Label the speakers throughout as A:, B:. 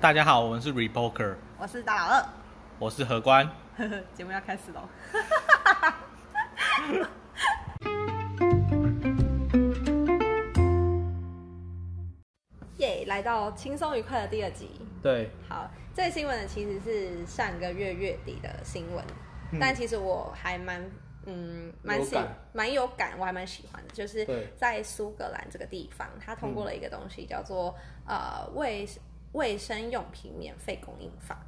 A: 大家好，我们是 Repoker，
B: 我是大老二
A: 我是何官。
B: 呵呵， 节目要开始喽。耶来到轻松愉快的第二集。
A: 对，
B: 好，这个新闻呢其实是上个月月底的新闻，
A: 嗯
B: 但其实我还蛮嗯蛮
A: 有
B: 喜
A: 感
B: 蛮有感，我还蛮喜欢的，就是
A: 对
B: 在苏格兰这个地方，它通过了一个东西叫做、呃卫卫生用品免费供应法。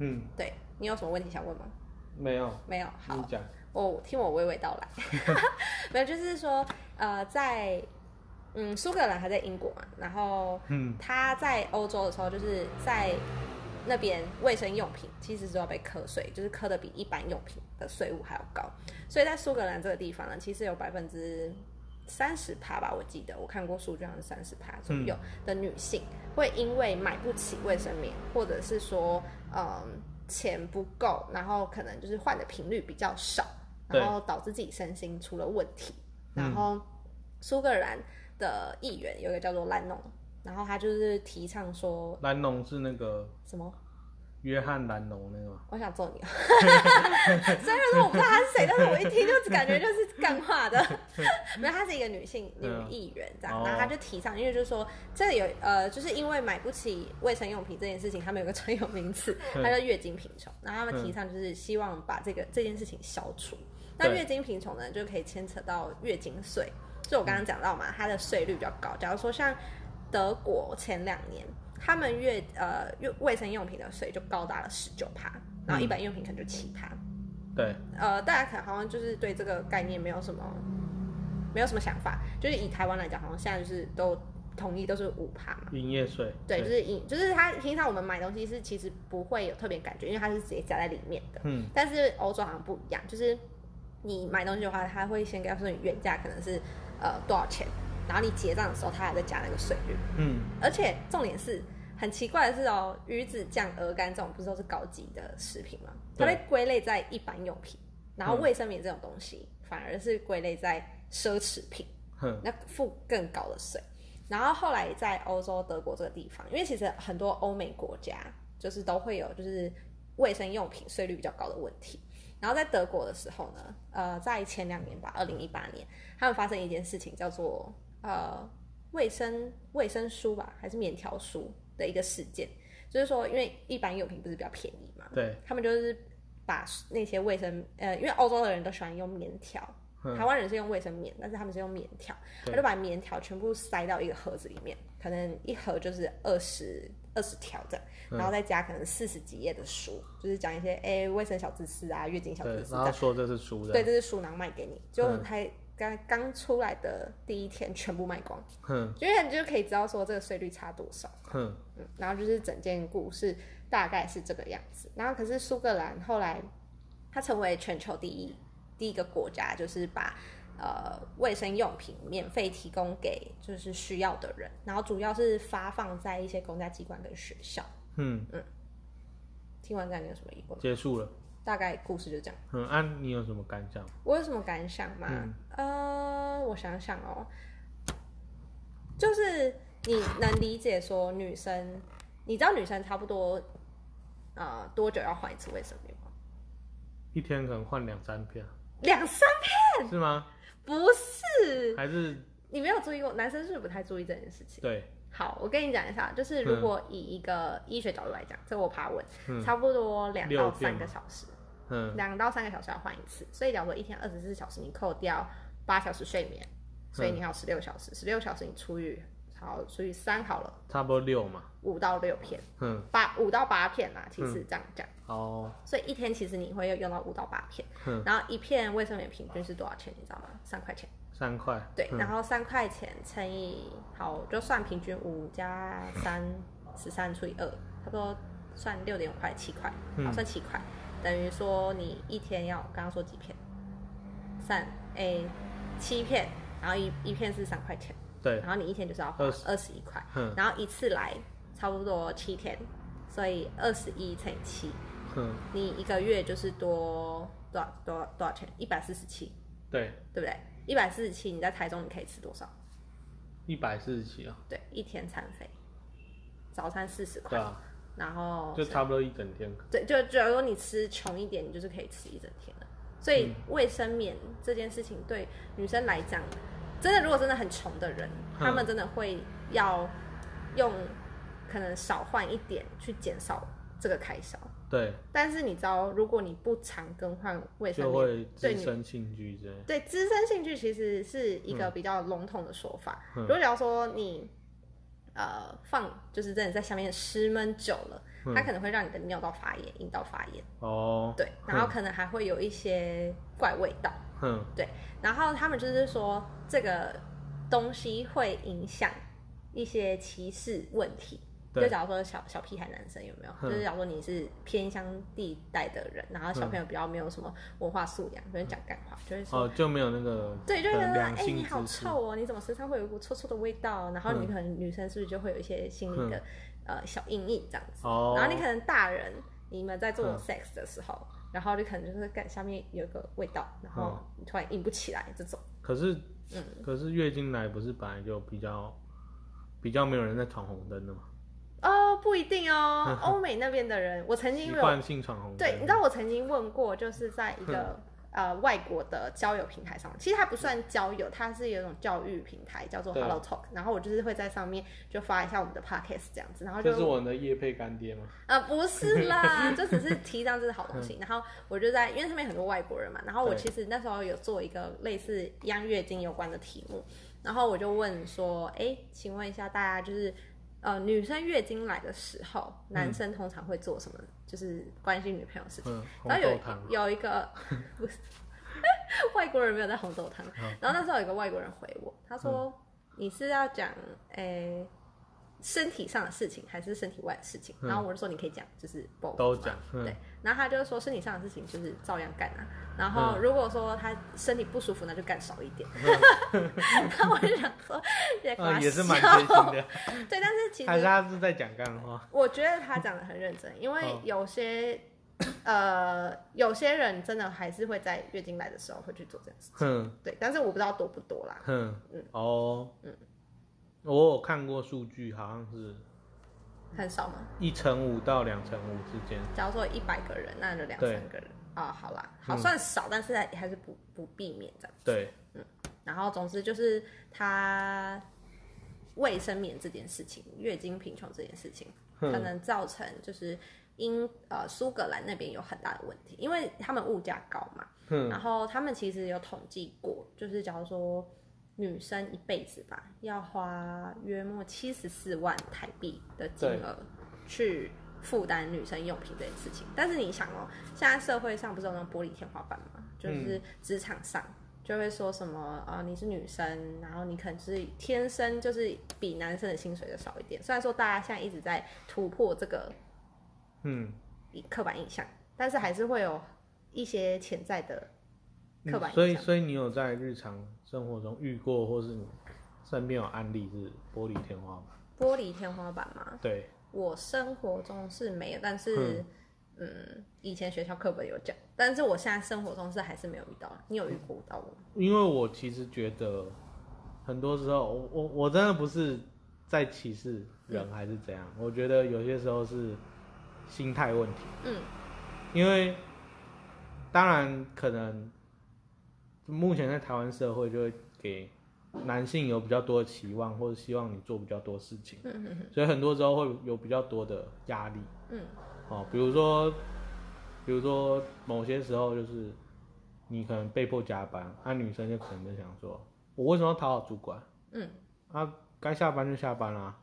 A: 嗯，
B: 对你有什么问题想问吗？
A: 没有，
B: 没有，
A: 你
B: 好，
A: 讲，
B: 我听我娓娓道来。没有，就是说呃，在嗯苏格兰还在英国嘛，然后
A: 嗯，
B: 他在欧洲的时候，就是在那边卫生用品其实都要被课税，就是课的比一般用品的税务还要高。所以在苏格兰这个地方呢，其实有百分之三十趴吧，我记得我看过数据好像是三十趴左右
A: 嗯
B: 的女性、会因为买不起卫生棉，或者是说嗯钱不够，然后可能就是换的频率比较少，
A: 对
B: 然后导致自己身心出了问题。
A: 嗯
B: 然后苏格兰的议员有一个叫做兰农，然后他就是提倡说
A: 兰农是那个
B: 什么？
A: 约翰兰农那个吗？
B: 我想揍你！啊 虽然说我不知道他是谁，但是我一听就感觉就是干话的。没有，她是一个女性女
A: 嗯
B: 议员这样，
A: 哦
B: 然后她就提倡，因为就是说这个有呃，就是因为买不起卫生用品这件事情，他们有个专有名词，
A: 嗯
B: 它叫月经贫穷。然后他们
A: 嗯
B: 提倡就是希望把这个这件事情消除。那
A: 对
B: 月经贫穷呢，就可以牵扯到月经税，就我刚刚讲到嘛，它的税率比较高。假如说像德国前两年，他们月呃月卫生用品的税就高达了十九趴，
A: 嗯
B: 然后一般用品可能就七趴。
A: 对，
B: 呃，大家可能好像就是对这个概念没有什么没有什么想法，就是以台湾来讲，好像现在就是都统一都是五趴嘛。
A: 营业税，
B: 对，就是以就是它平常我们买东西是其实不会有特别感觉，因为它是直接加在里面的。
A: 嗯，
B: 但是欧洲好像不一样，就是你买东西的话，他会先告诉你原价可能是呃多少钱，然后你结账的时候他还在加那个税率，
A: 嗯，
B: 而且重点是很奇怪的是哦，鱼子酱、鹅肝这种不是都是高级的食品吗？它
A: 对
B: 被归类在一般用品，然后
A: 嗯
B: 卫生棉这种东西反而是归类在奢侈品。
A: 哼，
B: 那付更高的税。然后后来在欧洲德国这个地方，因为其实很多欧美国家就是都会有就是卫生用品税率比较高的问题。然后在德国的时候呢，呃，在前两年吧，二零一八年，他们发生一件事情，叫做呃卫生卫生书吧，还是棉条书的一个事件，就是说，因为一般用品不是比较便宜嘛，
A: 对，
B: 他们就是把那些卫生呃，因为欧洲的人都喜欢用棉条，台
A: 哼，
B: 湾人是用卫生棉，但是他们是用棉条，
A: 嗯对
B: 他就把棉条全部塞到一个盒子里面，可能一盒就是二十二十条这样，
A: 嗯
B: 然后再加可能四十几页的书，就是讲一些哎卫、生小知识啊、月经小
A: 对
B: 知，识这
A: 然后
B: 样。
A: 说这是书的，
B: 对，这是书囊卖给你，结果
A: 嗯
B: 才刚刚出来的第一天全部卖光，
A: 哼，
B: 因为你就可以知道说这个税率差多少。
A: 哼，
B: 嗯，然后就是整件故事大概是这个样子。然后可是苏格兰后来它成为全球第一第一个国家，就是把呃卫生用品免费提供给就是需要的人，然后主要是发放在一些公家机关跟学校。
A: 嗯，
B: 听完感觉有什么疑问？
A: 结束了，
B: 大概故事就这样。
A: 嗯，啊，你有什么感想？
B: 我有什么感想吗？
A: 嗯
B: 呃，我想想哦，就是你能理解说女生，你知道女生差不多呃多久要换一次卫生棉吗？
A: 一天可能换两三片，
B: 两三？
A: 是吗？
B: 不是，
A: 还是
B: 你没有注意过，男生是不是不太注意这件事情？
A: 对，
B: 好，我跟你讲一下，就是如果以一个医学角度来讲，这我爬文，
A: 嗯
B: 差不多两
A: 六
B: 到
A: 片
B: 三
A: 吗
B: 个小时，
A: 嗯，
B: 两到三个小时要换一次，所以假如说一天二十四小时，你扣掉八小时睡眠，所以你还有十六小时，十六小时你除以好除以三好了，
A: 差不多六嘛，
B: 五到六片，
A: 嗯，
B: 八五到八片啦，其实这样讲，
A: 哦，
B: 所以一天其实你会用到五到八片，
A: 嗯
B: 然后一片卫生棉平均是多少钱？你知道吗？三块钱。
A: 三块，
B: 对，
A: 嗯
B: 然后三块钱乘以好，就算平均五加三十三除以二，差不多算六点五块七块，好
A: 嗯
B: 算七块，等于说你一天要刚刚说几片，三诶七片，然后一一片是三块钱，
A: 对，
B: 然后你一天就是要花
A: 二十
B: 二十一块，
A: 嗯
B: 然后一次来差不多七天，所以二十一乘以七，
A: 嗯，
B: 你一个月就是多多少多少多少钱？一百四十七，
A: 对，
B: 对不对？一百四十七，你在台中你可以吃多少？
A: 一百四十七啊，
B: 对，一天餐费，早餐四十
A: 对
B: 块，
A: 啊，
B: 然后
A: 就差不多一整天。
B: 对，就假如说你吃穷一点，你就是可以吃一整天的。所以
A: 嗯
B: 卫生棉这件事情对女生来讲，真的如果真的很穷的人，
A: 哼
B: 他们真的会要用可能少换一点去减少这个开销。
A: 对，
B: 但是你知道，如果你不常更换卫生
A: 就
B: 棉，
A: 会
B: 对
A: 滋
B: 女
A: 生性居之类。
B: 对滋生兴趣其实是一个比较笼统的说法。
A: 嗯
B: 如果假如说你呃放就是真的在下面湿闷久了，
A: 嗯
B: 它可能会让你的尿道发炎、阴道发炎。
A: 哦，
B: 对，然后可能还会有一些怪味道，
A: 哼，
B: 然后他们就是说这个东西会影响一些歧视问题。
A: 对
B: 就假如说小小屁孩男生有没有？
A: 嗯
B: 就是假如说你是偏乡地带的人，然后小朋友比较没有什么文化素养，就会讲干话，就会说，
A: 哦就没有那个
B: 对，就会觉
A: 呃
B: 得哎、
A: 良性嗯
B: 你好
A: 之士
B: 臭哦，你怎么身上会有一股臭臭的味道？然后你可能女生是不是就会有一些心理的、呃小阴影这样子？
A: 嗯哦，
B: 然后你可能大人你们在做
A: 嗯
B: sex 的时候，然后你可能就是干下面有一个味道，然后
A: 嗯
B: 你突然硬不起来这种。
A: 可是
B: 嗯，
A: 可是月经来不是本来就比较比较没有人在闯红灯的嘛，
B: 哦，不一定 哦，欧美那边的人，我曾经
A: 习
B: 有
A: 惯性闯红灯。
B: 对，你知道我曾经问过，就是在一
A: 嗯
B: 个。呃，外国的交友平台上，其实它不算交友，它是有一种教育平台，叫做
A: 对
B: Hello Talk。然后我就是会在上面就发一下我们的 podcast 这样子，然后就
A: 这是我的叶配干爹吗？
B: 啊，不是 啦，就只是提倡这是好东西。然后我就在，因为上面很多外国人嘛，然后我
A: 对
B: 其实那时候有做一个类似一样月经有关的题目，然后我就问说，哎，请问一下大家就是。呃，女生月经来的时候，男生通常会做什么？就是关心女朋友的事情。
A: 嗯，红
B: 然后有
A: 豆
B: 一
A: 汤。
B: 有一个 不是外国人没有在红豆汤，
A: 嗯
B: 然后那时候有一个外国人回我，他说、你是要讲诶、身体上的事情还是身体外的事情？
A: 嗯
B: 然后我就说你可以讲，就是包
A: 都讲，嗯
B: 对，然后他就说身体上的事情就是照样干啊，然
A: 嗯
B: 后如果说他身体不舒服，那就干少一点。 然后我就想说，也
A: 嗯
B: 搞
A: 啊，也是蛮
B: 笑
A: 贴心的。
B: 对，但是 其实
A: 还是他是在讲干 话？
B: 我觉得他讲的很认真，因为
A: 哦
B: 有些、呃有些人真的还是会在月经来的时候会去做这样子，
A: 哼
B: 对，但是我不知道多不多啦。
A: 哼
B: 嗯，
A: 哦，
B: 嗯
A: 我有看过数据，好像是
B: 很少吗？
A: 一乘五到两乘五之间。
B: 假如说一百个人，那就两
A: 对
B: 三个人啊、好啦，好
A: 嗯
B: 算少，但是还是不不避免这样。
A: 对，
B: 然后总之就是他卫生棉这件事情，月经贫穷这件事情，
A: 哼
B: 可能造成就是英呃苏格兰那边有很大的问题，因为他们物价高嘛，
A: 哼
B: 然后他们其实有统计过，就是假如说女生一辈子吧，要花约莫七十四万台币的金额去负担女生用品这件事情。但是你想哦，现在社会上不是有那种玻璃天花板吗？就是职场上。就会说什么啊、呃你是女生，然后你可能就是天生就是比男生的薪水就少一点。虽然说大家现在一直在突破这个
A: 嗯，
B: 刻板印象，但是还是会有一些潜在的
A: 嗯
B: 刻板印象
A: 所以，所以你有在日常生活中遇过，或是你身边有案例是玻璃天花板？
B: 玻璃天花板吗？
A: 对，
B: 我生活中是没有，但是嗯以前学校课本有讲，但是我现在生活中是还是没有遇到。啊你有遇过到我吗？
A: 因为我其实觉得很多时候，我我我真的不是在歧视人还是怎样，我觉得有些时候是心态问题。
B: 嗯，
A: 因为当然可能目前在台湾社会就会给男性有比较多的期望，或者希望你做比较多事情，
B: 嗯嗯
A: 所以很多时候会有比较多的压力
B: 嗯
A: 哦，比如说，比如说某些时候就是你可能被迫加班，那、女生就可能就想说，我为什么要讨好主管？
B: 嗯
A: 啊，该下班就下班啦、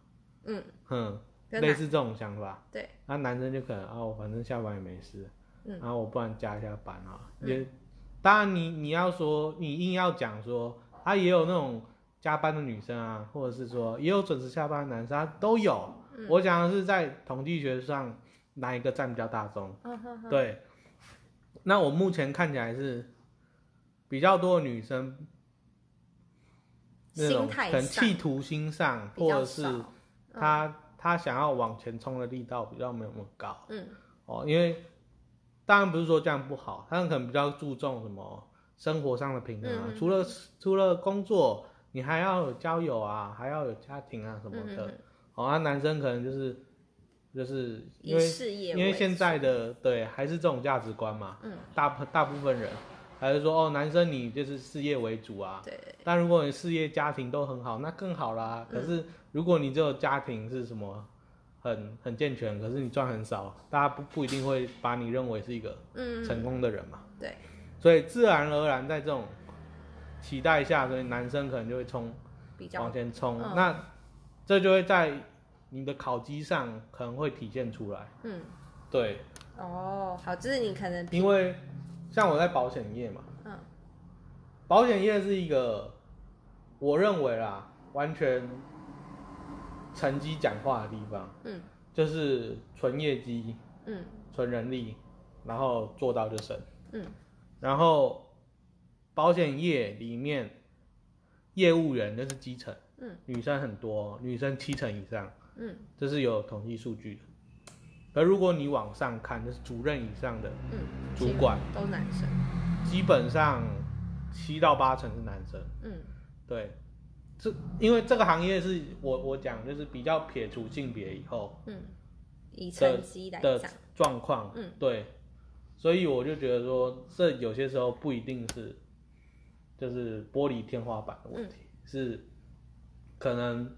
B: 嗯，
A: 哼，
B: 跟
A: 类
B: 男
A: 似这种想法。
B: 对，
A: 那男生就可能啊，我反正下班也没事，
B: 嗯
A: 然后我不然加一下班啊。也，当然你你要说你硬要讲说，啊也有那种加班的女生啊，或者是说也有准时下班的男生啊，都有。
B: 嗯
A: 我讲的是在统计学上哪一个占比较大宗？
B: 嗯哼哼，
A: 对，那我目前看起来是比较多的女生。那种
B: 心态
A: 可能
B: 上
A: 企图心上，
B: 比
A: 或
B: 较
A: 者是
B: 少。
A: 他他想要往前冲的力道比较没有那么高
B: 嗯
A: 哦，因为当然不是说这样不好，他们可能比较注重什么生活上的平衡啊，
B: 嗯嗯嗯
A: 除了除了工作，你还要有交友啊，还要有家庭啊什么
B: 嗯
A: 的。
B: 嗯
A: 哦，那男生可能就是就是因
B: 以
A: 为
B: 事业
A: 因
B: 为
A: 为现在的对还是这种价值观嘛，
B: 嗯，
A: 大部大部分人还是说哦，男生你就是事业为主啊，
B: 对嗯对
A: 但如果你事业、家庭都很好，那更好啦。可是如果你只有家庭是什么很很健全，可是你赚很少，大家不不一定会把你认为是一个
B: 嗯
A: 成功的人嘛。
B: 对，
A: 所以自然而然在这种期待下，所以男生可能就会冲
B: 比较
A: 往前冲。
B: 嗯
A: 那这就会在你的考绩上可能会体现出来。
B: 嗯
A: 对，
B: 哦好，就是你可能
A: 因为像我在保险业嘛，
B: 嗯
A: 保险业是一个，我认为啦，完全成绩讲话的地方，
B: 嗯
A: 就是纯业绩、
B: 嗯
A: 纯人力，然后做到就省。
B: 嗯
A: 然后保险业里面业务员就是基层，
B: 嗯
A: 女生很多，女生七成以上，
B: 嗯
A: 这是有统计数据的。而如果你往上看，就是主任以上的，
B: 嗯，
A: 主管
B: 基本都男生，
A: 基本上七到八成是男生。
B: 嗯
A: 对，这因为这个行业是我我讲就是比较撇除性别以后
B: 嗯，以成绩来
A: 的
B: 讲，
A: 状况，
B: 嗯，
A: 对，所以我就觉得说，这有些时候不一定是就是玻璃天花板的问题，
B: 嗯
A: 是可能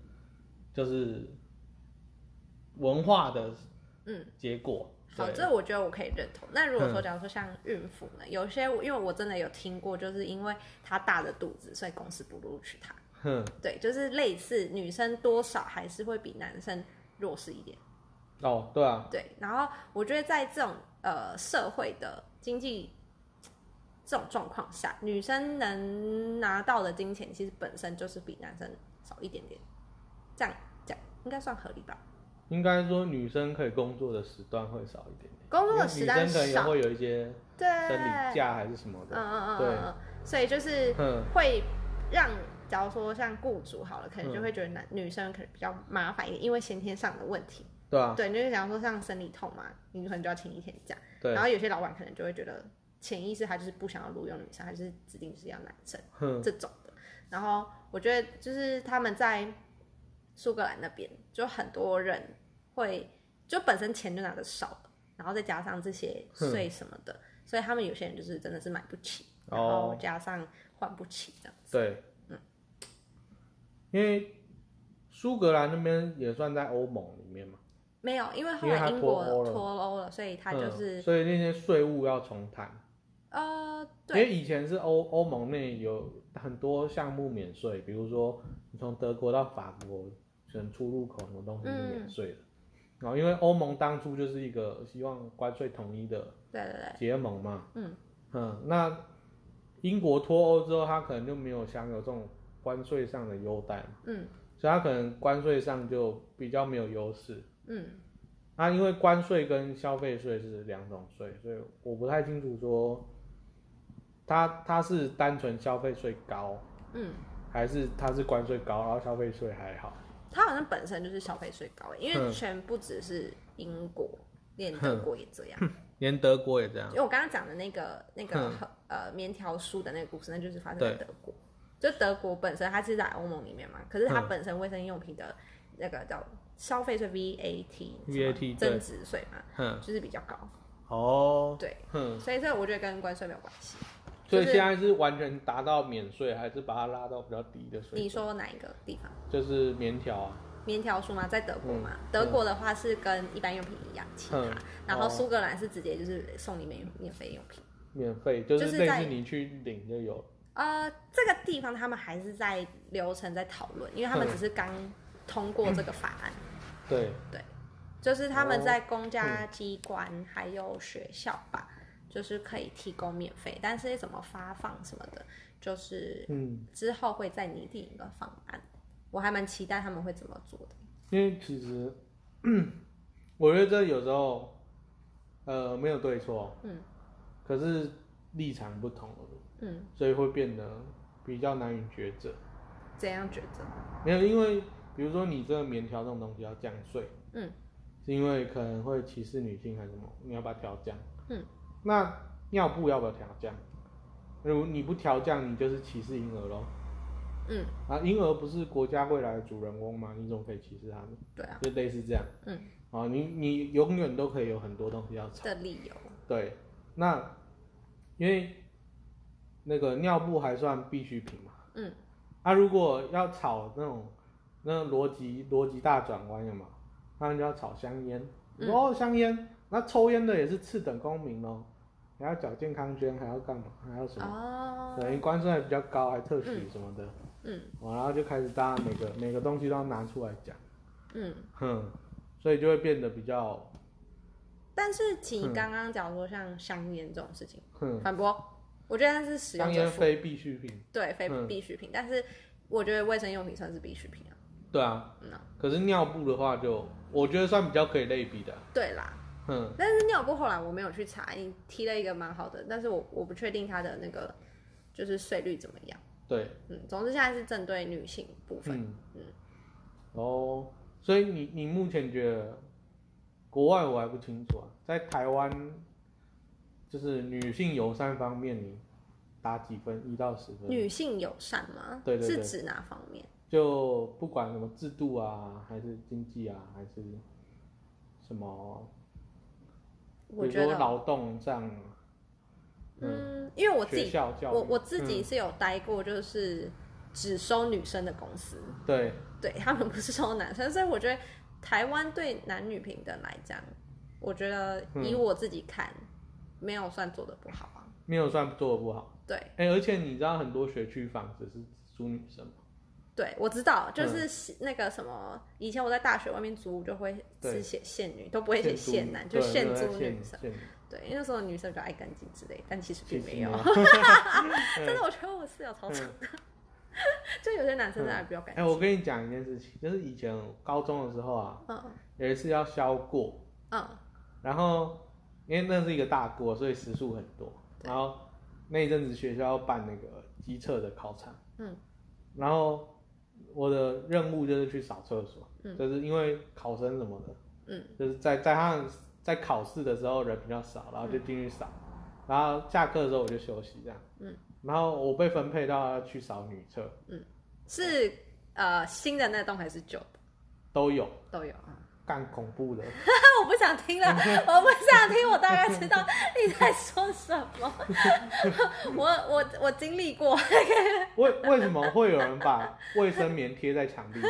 A: 就是文化的
B: 嗯。
A: 结果。
B: 好，
A: 对嗯
B: 这我觉得我可以认同。那如果说，假如说像孕妇呢，有些我因为我真的有听过，就是因为她大着肚子，所以公司不录取她。
A: 哼，
B: 对，就是类似女生多少还是会比男生弱势一点。
A: 哦，对啊，
B: 对，然后我觉得在这种呃社会的经济这种状况下，女生能拿到的金钱其实本身就是比男生少一点点，这样讲应该算合理吧？
A: 应该说女生可以工作的时段会少一点，
B: 工作的时
A: 因为
B: 段
A: 女生可能也
B: 少，
A: 会有一些
B: 对，
A: 生理假还是什么
B: 嗯
A: 的，
B: 嗯嗯
A: 对
B: 嗯嗯，所以就是
A: 嗯。
B: 会让。假如说像雇主好了，可能
A: 嗯
B: 就会觉得男、女生可能比较麻烦一点，因为先天上的问题。
A: 对啊，
B: 对，你就是想说像生理痛嘛，你可能就要请一天假。
A: 对
B: 然，后有些老板可能就会觉得潜意识他就是不想要录用女生，他就是指定就是要男生
A: 哼，
B: 这种的。然后我觉得就是他们在苏格兰那边，就很多人会就本身钱就拿的少了，然后再加上这些税什么的，所以他们有些人就是真的是买不起，然后
A: 哦
B: 加上还不起这样。
A: 对，因为苏格兰那边也算在欧盟里面嘛，
B: 没有，因为后
A: 因为
B: 来
A: 他
B: 英
A: 脱
B: 国
A: 欧了
B: 脱欧了，所以他就
A: 嗯
B: 是、
A: 所以那些税务要重谈，
B: 呃，
A: 因
B: 对，
A: 为以前是欧欧盟内有很多项目免税，比如说你从德国到法国，可能出入口什么东西是
B: 嗯
A: 免税的。然后，因为欧盟当初就是一个希望关税统一的
B: 对对对，
A: 结盟嘛，
B: 嗯
A: 嗯，那英国脱欧之后，它可能就没有享有这种关税上的优待嘛，
B: 嗯
A: 所以它可能关税上就比较没有优势。
B: 嗯
A: 那因为关税跟消费税是两种税，所以我不太清楚说它它是单纯消费税高，
B: 嗯，
A: 还是它是关税高，然后消费税还好。
B: 它好像本身就是消费税高，因为
A: 哼
B: 全不只是英国，连德国也这样。
A: 连德国也这样
B: 因为我刚刚讲的那个那个
A: 哼
B: 呃棉条书的那个故事，那就是发生在德国。就德国本身它是在欧盟里面嘛，可是它
A: 哼
B: 本身卫生用品的那个叫消费税 VAT 什么
A: VAT 对嗯
B: 增值税嘛，
A: 哼，
B: 就是比较高，
A: 哦，
B: 啊对，
A: 哼，
B: 所以这我觉得跟关税没有关系。
A: 所以
B: 就是
A: 现在是完全达到免税，还是把它拉到比较低的税？
B: 你说哪一个地方？
A: 就是棉条啊，
B: 棉条书嘛，在德国嘛，
A: 嗯
B: 德国的话是跟一般用品一样，其他，
A: 嗯
B: 然后
A: 哦
B: 苏格兰是直接就是送你免免费用品。
A: 免费，就
B: 就是是
A: 类
B: 在
A: 似你去领就有了。
B: 呃，这个地方他们还是在流程在讨论，因为他们
A: 嗯
B: 只是刚通过这个法案，
A: 对，
B: 就是他们
A: 哦
B: 在公家机关还有学校吧，就是可以提供免费，但是怎么发放什么的，就是
A: 嗯，
B: 之后会再拟定一个方案。我还蛮期待他们会怎么做的。
A: 因为其实 我觉得这有时候呃没有对错，
B: 嗯，
A: 可是立场不同了，
B: 嗯，
A: 所以会变得比较难以抉择。
B: 怎样觉得？
A: 没有，因为比如说你这个棉条这种东西要降税，
B: 嗯，
A: 是因为可能会歧视女性还是什么，你要把它调降，
B: 嗯，
A: 那尿布要不要调降？如果你不调降，你就是歧视婴儿喽。
B: 嗯，
A: 啊，婴儿不是国家未来的主人翁吗？你怎么可以歧视他们？
B: 对啊，
A: 就类似这样。
B: 嗯，
A: 啊，你你永远都可以有很多东西要吵。
B: 的理由，
A: 对，那因为那个尿布还算必需品嘛，
B: 嗯，
A: 啊，如果要炒那种那种逻辑逻辑大转弯的嘛，他们就要炒香烟，
B: 嗯
A: 哦，香烟，那抽烟的也是次等公民哦，还要缴健康捐，还要干嘛，还要什么？
B: 哦，
A: 等于关税还比较高，还特许什么的，
B: 嗯
A: 哦然后就开始大家每个每个东西都要拿出来讲，
B: 嗯，
A: 哼，所以就会变得比较，
B: 但是请刚刚讲说像香烟这种事情，
A: 哼，
B: 反驳，我觉得它是使
A: 嗯香
B: 用者
A: 烟
B: 付
A: 非必需品，
B: 对非
A: 嗯
B: 必需品，但是我觉得卫生用品算是必需品啊，
A: 对啊，
B: 嗯啊
A: 可是尿布的话就我觉得算比较可以类比的，嗯
B: 对啦，
A: 哼，
B: 但是尿布后来我没有去查，你提了一个蛮好的，但是我我不确定它的那个就是税率怎么样。
A: 对，
B: 嗯，总之现在是针对女性部分。
A: 嗯，哦，所以你你目前觉得国外我还不清楚啊，在台湾就是女性友善方面你打几分？一到十分？
B: 女性友善吗？
A: 对对对
B: 是指哪方面？
A: 就不管什么制度啊，还是经济啊，还是什么，比
B: 我
A: 如
B: 觉
A: 说
B: 得，
A: 劳动上啊，
B: 嗯，因为我自
A: 学
B: 己，
A: 校教育，
B: 我我自己
A: 嗯
B: 是有待过，就是只收女生的公司，
A: 嗯对，
B: 对他们不是收男生，所以我觉得台湾对男女平等来讲，我觉得
A: 嗯
B: 以我自己看，没有算做的不好啊。
A: 没有算做的不好。
B: 对，
A: 哎、而且你知道很多学区房只是租女生吗？
B: 对，我知道，
A: 嗯
B: 就是那个什么，以前我在大学外面租就会
A: 对
B: 只写现女，都不会写
A: 租
B: 现男，就
A: 对
B: 现
A: 对
B: 租
A: 现
B: 女生。
A: 现
B: 对，因为那时候女生比较爱干净之类，但其实并
A: 其实
B: 没有
A: 没有。
B: 真
A: 嗯
B: 的，我觉得我室友超惨的，就有些男生真的比较干
A: 哎、
B: 净。
A: 我跟你讲一件事情，就是以前高中的时候啊，
B: 嗯
A: 有一次要削过，
B: 嗯
A: 然后因为那是一个大锅，所以时数很多，
B: 对
A: 然后那一阵子学校办那个机测的考场，
B: 嗯，
A: 然后我的任务就是去扫厕所，
B: 嗯
A: 就是因为考生什么的，
B: 嗯
A: 就是在在他们在考试的时候人比较少，然后就进去扫，然后下课的时候我就休息这样，
B: 嗯，
A: 然后我被分配到要去扫女厕，
B: 是呃新的那栋还是旧的
A: 都有
B: 都有啊？
A: 干恐怖的。
B: 但我不想听了，我不想听，我大概知道你在说什么。 我我我经历过，
A: 为为什么会有人把卫生棉贴在墙 壁上？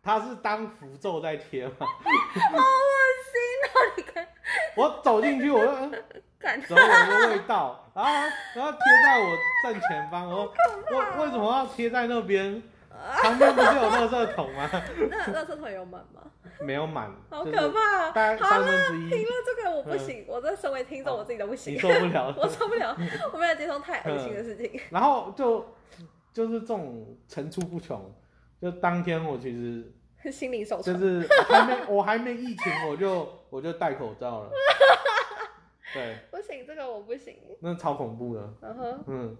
A: 他是当符咒在贴吗？
B: 啊你看
A: 我走进去，我就嗯
B: 感
A: 怎么有一个味道，然后然后贴在我正前方，我为为什么要贴在那边？旁边不是有垃圾桶吗？
B: 那那厕所有门吗？
A: 没有满，
B: 好
A: 就
B: 可
A: 是
B: 怕！
A: 大概
B: 好
A: 三
B: 了，
A: 分之
B: 停
A: 一，
B: 了这个我不行，我
A: 嗯
B: 这身为听众我自己都不
A: 你
B: 行，
A: 受不了
B: 我受不了，我没有接受太恶心的事情。
A: 然后就就是这种层出不穷。就当天我其实
B: 心灵手
A: 嗯就
B: 册，
A: 是还没我还没疫情，我就我就戴口罩了。对，
B: 不行，这个我不行。
A: 那超恐怖的。
B: 然后，
A: 嗯，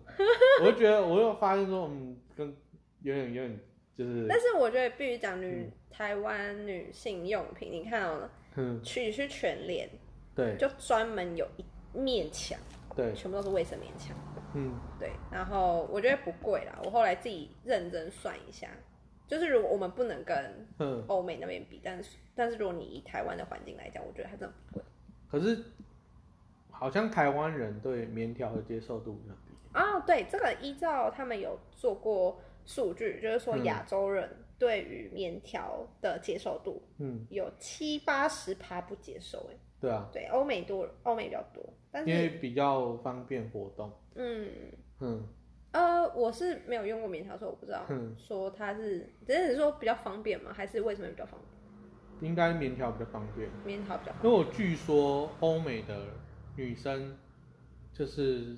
A: 我就觉得我又发现说，嗯，跟有点有点就是，
B: 但是我觉得必须讲女台湾女性用品，你看哦，
A: 嗯，
B: 去去全联
A: 对
B: 就专门有一面墙，
A: 对，
B: 全部都是卫生棉墙。
A: 嗯
B: 对，然后我觉得不贵啦，我后来自己认真算一下，就是如果我们不能跟
A: 嗯。
B: 欧美那边比，但是但是如果你以台湾的环境来讲，我觉得它真的不贵。
A: 可是好像台湾人对棉条的接受度比较低。
B: 啊，对，这个依照他们有做过数据，就是说
A: 嗯
B: 亚洲人对于棉条的接受度
A: 嗯，
B: 有七八十趴不接受，哎，
A: 对啊，
B: 对，欧美多，欧美比较多，但
A: 因为
B: 是
A: 比较方便活动。
B: 嗯
A: 嗯
B: 呃，我是没有用过棉条，所以我不知道
A: 嗯，
B: 说它是只是说比较方便吗？还是为什么比较方便？
A: 应该棉条比较方便，
B: 棉条比较方
A: 因为我据说欧美的女生就是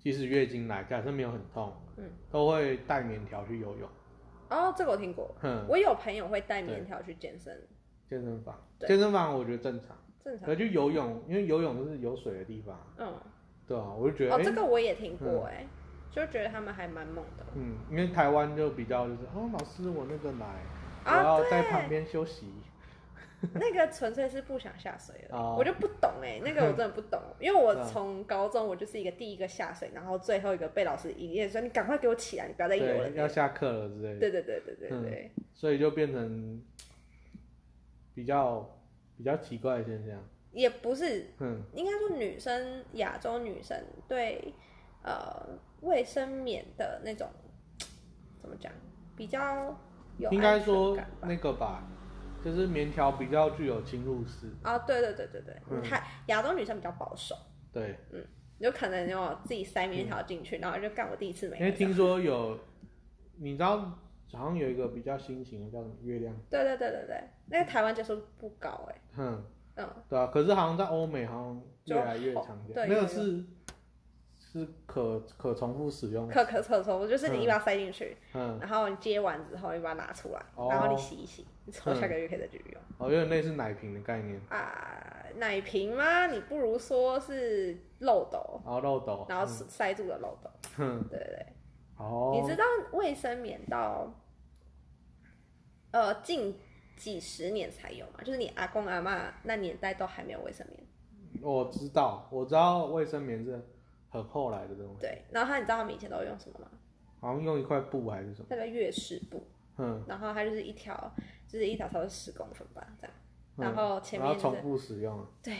A: 即使月经来，假设没有很痛，
B: 嗯，
A: 都会带棉条去游泳。
B: 便哦，这个我听过，
A: 哼，
B: 我有朋友会带棉条去健身，
A: 健身房，
B: 对
A: 健身房我觉得正常。
B: 正常，
A: 可去游泳，因为游泳是有水的地方，
B: 嗯，
A: 对啊，我就觉得，嗯
B: 哦，
A: 哎、
B: 这个我也听过，哎，就觉得他们还蛮猛的。
A: 嗯，因为台湾就比较就是，哦，老师我那个来，我
B: 啊
A: 要
B: 对
A: 在旁边休息，
B: 那个纯粹是不想下水了，
A: 哦嗯
B: 我就不懂哎、 那个我真的不懂，因为我从高中我就是一个第一个下水，然后最后一个被老师一夜说你赶快给我起来，你不要再游了
A: 对，。要下课了之类的，
B: 对对对对对对，
A: 所以就变成比比较比较奇怪的现象。
B: 也不是，
A: 嗯，
B: 应该说女生亚洲女生对呃卫生棉的那种怎么讲，比较有
A: 应该
B: 安全
A: 说
B: 感吧
A: 那个吧，就是棉条比较具有侵入式，
B: 啊，对对对对对，
A: 嗯
B: 她亚洲女生比较保守，
A: 对，
B: 有可能有自己塞棉条进去，然后就干我第一次没
A: 因为
B: 拿到。
A: 哎听说有，你知道好像有一个比较新型的叫什么月亮，
B: 对对对对对，那个台湾接受度不高哎、
A: 哼，
B: 嗯，
A: 对啊，可是好像在欧美好像
B: 就
A: 越来越
B: 好
A: 常见，
B: 对
A: 那
B: 有
A: 个
B: 有
A: 是是可可重复使用，
B: 可可可可，就是你一把它塞进去，
A: 嗯，
B: 然后你接完之后，你把它拿出来，
A: 哦
B: 然后你洗一洗，你之后下个月可以再继续用。
A: 哦，有点类似奶瓶的概念，
B: 啊，奶瓶吗？你不如说是漏斗，
A: 然后漏斗，啊
B: 然后塞住的漏斗。
A: 哼，
B: 对对对，
A: 嗯哦
B: 你，知道卫生棉到呃近几十年才有吗？就是你阿公阿妈那年代都还没有卫生棉。
A: 我知道，我知道卫生棉是很后来的东西，
B: 对，然后他你知道他们以前都用什么吗？
A: 好像用一块布还是什么，
B: 那个月事布，
A: 嗯，
B: 然后它就是一条，就是一条差不多十公分吧，这样。
A: 嗯
B: 然后前
A: 然
B: 面
A: 后
B: 就是
A: 重复使用，啊
B: 对，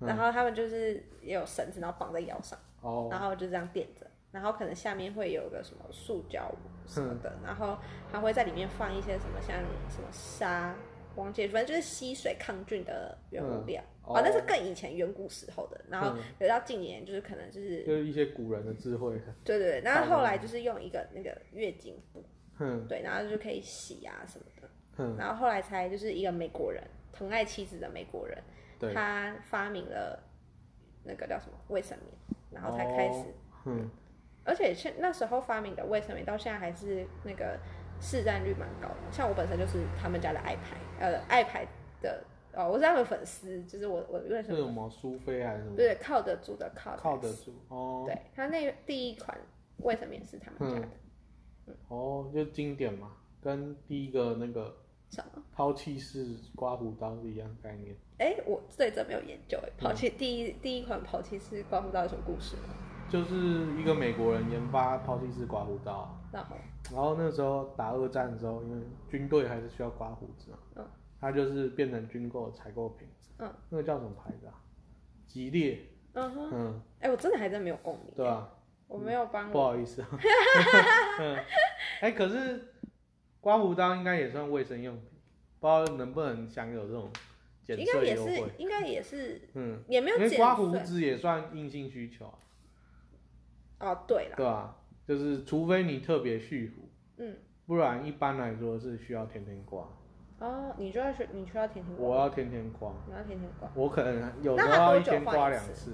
A: 嗯
B: 然后他们就是也有绳子，然后绑在腰上，
A: 哦，
B: 然后就这样垫着，然后可能下面会有个什么塑胶什么的，然后还会在里面放一些什么像什么沙、忘记了，反正就是吸水抗菌的原物料。
A: 嗯
B: 哦
A: 哦，
B: 那是更以前远古时候的，然后
A: 嗯
B: 直到近年就是可能就是
A: 就是一些古人的智慧，
B: 对对对，然
A: 大
B: 后后
A: 量
B: 来就是用一个那个月经布，
A: 哼
B: 对，然后就可以洗啊什么的。
A: 哼，
B: 然后后来才就是一个美国人疼爱妻子的美国人，
A: 对，
B: 他发明了那个叫什么卫生棉，然后才开始，
A: 哦哼，
B: 而且现那时候发明的卫生棉到现在还是那个市占率蛮高的。像我本身就是他们家的爱牌，呃，爱牌的哦，我是他们粉丝，就是我我为什
A: 是
B: 么
A: 什么苏菲还是什么？
B: 对靠得住的靠
A: 靠得住嗯哦
B: 对他那第一款卫生棉是他们家的、
A: 哦，就经典嘛，跟第一个那个
B: 什么？
A: 抛弃式刮胡刀是一样概念。
B: 哎，我对这没有研究哎。抛弃、第一第一款抛弃是关乎到有什么故事吗？
A: 就是一个美国人研发抛弃式刮胡刀，啊
B: 然后
A: 然后那时候打二战的时候，因为军队还是需要刮胡子嘛，
B: 嗯，
A: 它就是变成军购采购品，
B: 嗯，
A: 那个叫什么牌子啊？吉列，
B: 嗯哼，
A: 嗯，
B: 哎，我真的还真没有共鸣，
A: 对吧、啊
B: 我没有帮
A: 不
B: 我
A: 好意 思啊，嗯，哎、可是刮胡刀应该也算卫生用品，不知道能不能享有这种减
B: 应该
A: 税
B: 也
A: 优惠
B: 是，，应该也是，
A: 嗯，
B: 也没有
A: 因为
B: 减
A: 刮胡
B: 税
A: 子也算硬性需求啊，
B: 哦。对了，
A: 对吧、就是除非你特别蓄胡，
B: 嗯，
A: 不然一般来说是需要天天刮。
B: 哦，你就要学，你需要甜甜
A: 我
B: 瓜，
A: 要天天刮，
B: 你要甜甜瓜，
A: 我可能有时
B: 嗯那它
A: 候
B: 多
A: 一天
B: 久换
A: 刮
B: 一
A: 两
B: 次
A: 次。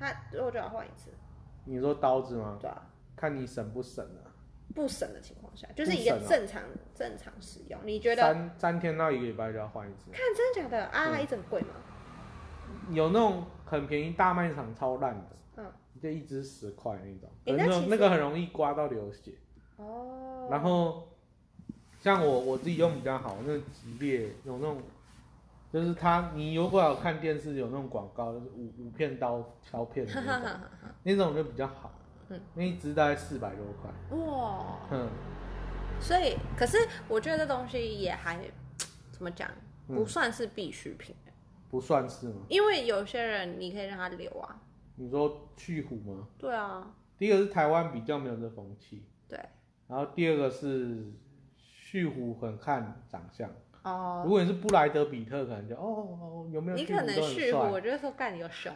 B: 他如果就要换一次，
A: 你说刀子吗？
B: 对啊，
A: 看你省不省啊。
B: 不省的情况下，就是
A: 不
B: 一个
A: 省哦
B: 正常正常使用，你觉得？
A: 三三天到一个礼拜就要换一次。
B: 看真的假的啊？
A: 嗯
B: 它一整贵吗？
A: 有那种很便宜大卖场超烂的，
B: 嗯，
A: 就一支十块那种，
B: 诶
A: 可是
B: 那
A: 那种
B: 其实
A: 那个很容易刮到流血。
B: 哦，
A: 然后像我我自己用比较好，那个吉列有那种，就是它你如果有看电视有那种广告，就是五五片刀削片的那 种，那种就比较好。
B: 嗯，
A: 那一支大概四百多块。
B: 哦哇，
A: 嗯，
B: 所以可是我觉得这东西也还怎么讲，
A: 嗯
B: 不算是必需品，
A: 不算是吗？
B: 因为有些人你可以让他留啊，
A: 你说去虎吗？
B: 对啊，
A: 第一个是台湾比较没有这风气，
B: 对，
A: 然后第二个是蓄胡很看长相。
B: 哦，
A: 如果你是布莱德比特，可能就哦有没有
B: 你
A: 蓄
B: 可
A: 胡
B: 能
A: 都很
B: 蓄胡，
A: 帅，
B: 我就会说干你有 熊。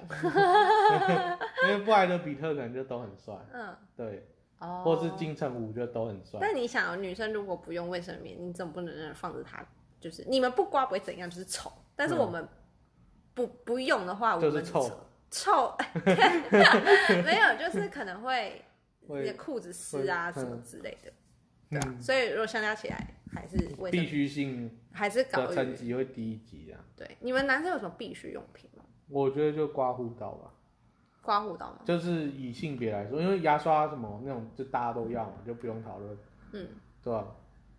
A: 因为布莱德比特可能就都很帅，
B: 嗯，
A: 对，
B: 哦。
A: 或是金城武就都很帅。
B: 但你想哦，女生如果不用卫生棉，你总不能让人放着它，就是你们不刮不会怎样，就是丑。但是
A: 嗯
B: 我们不、不用的啊话，我
A: 就
B: 们
A: 是臭
B: 臭， 没有，就是可能会
A: 会
B: 你的裤子湿啊
A: 会
B: 什
A: 嗯
B: 么之类的。对啊，所以如果相较起来，还是卫
A: 必
B: 生
A: 须性
B: 还是高
A: 的层
B: 于
A: 级会低一级啊。
B: 对。你们男生有什么必需用品吗？
A: 我觉得就刮胡刀吧，
B: 哦刮胡刀吗？
A: 就是以性别来说，因为牙刷什么那种就大家都要嘛，就不用讨论，
B: 嗯，
A: 对吧？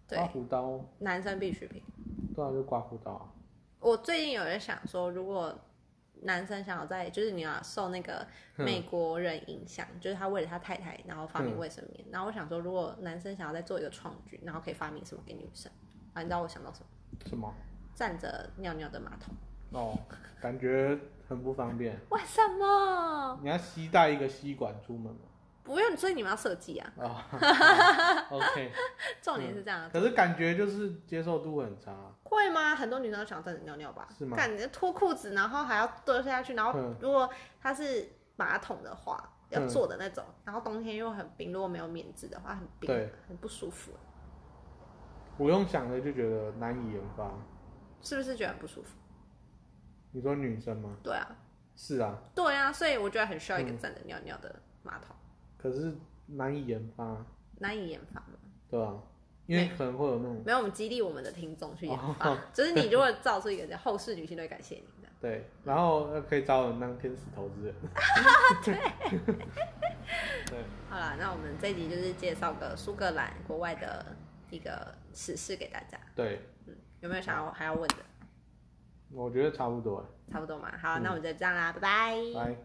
B: 对
A: 刮，胡刀，
B: 男生必需品。
A: 对啊，就刮胡刀啊。
B: 我最近有人想说，如果男生想要在，就是你要受那个
A: 嗯
B: 美国人影响，就是他为了他太太，然后发明卫生
A: 嗯
B: 棉。然后我想说，如果男生想要再做一个创举，然后可以发明什么给女生啊？你知道我想到什么？
A: 什么？
B: 站着尿尿的马桶。
A: 哦，感觉很不方便。
B: 为什么？
A: 你要吸带一个吸管出门吗？
B: 不用，所以你们要设计啊。
A: 哦，OK，
B: 重点是这样，
A: 可是感觉就是接受度很差。
B: 会吗？很多女生都想站着尿尿吧？
A: 是吗
B: 干，你脱裤子，然后还要蹲下去，然后
A: 嗯
B: 如果它是马桶的话，要
A: 嗯
B: 坐的那种，然后冬天又很冰，如果没有棉质的话，很冰
A: 对，
B: 很不舒服，
A: 我用想的就觉得难以研发。
B: 是不是觉得很不舒服？
A: 你说女生吗？
B: 对啊，
A: 是啊，
B: 对啊，所以我觉得很需要一个站着尿尿的马桶，
A: 可是难以研发，
B: 难以研发嘛。
A: 对吧、因为可能会有那种。
B: 没有，我们激励我们的听众去研发，
A: 哦
B: 就是你如果造出一个，后世女性都会感谢你的。
A: 对，然后呃可以找我当天使投资人。 对，
B: 好啦，那我们这集就是介绍个苏格兰国外的一个时事给大家。
A: 对，
B: 嗯，有没有想要还要问的？
A: 我觉得差不多了。欸
B: 差不多嘛。好，那我们就这样啦，拜拜。
A: 来。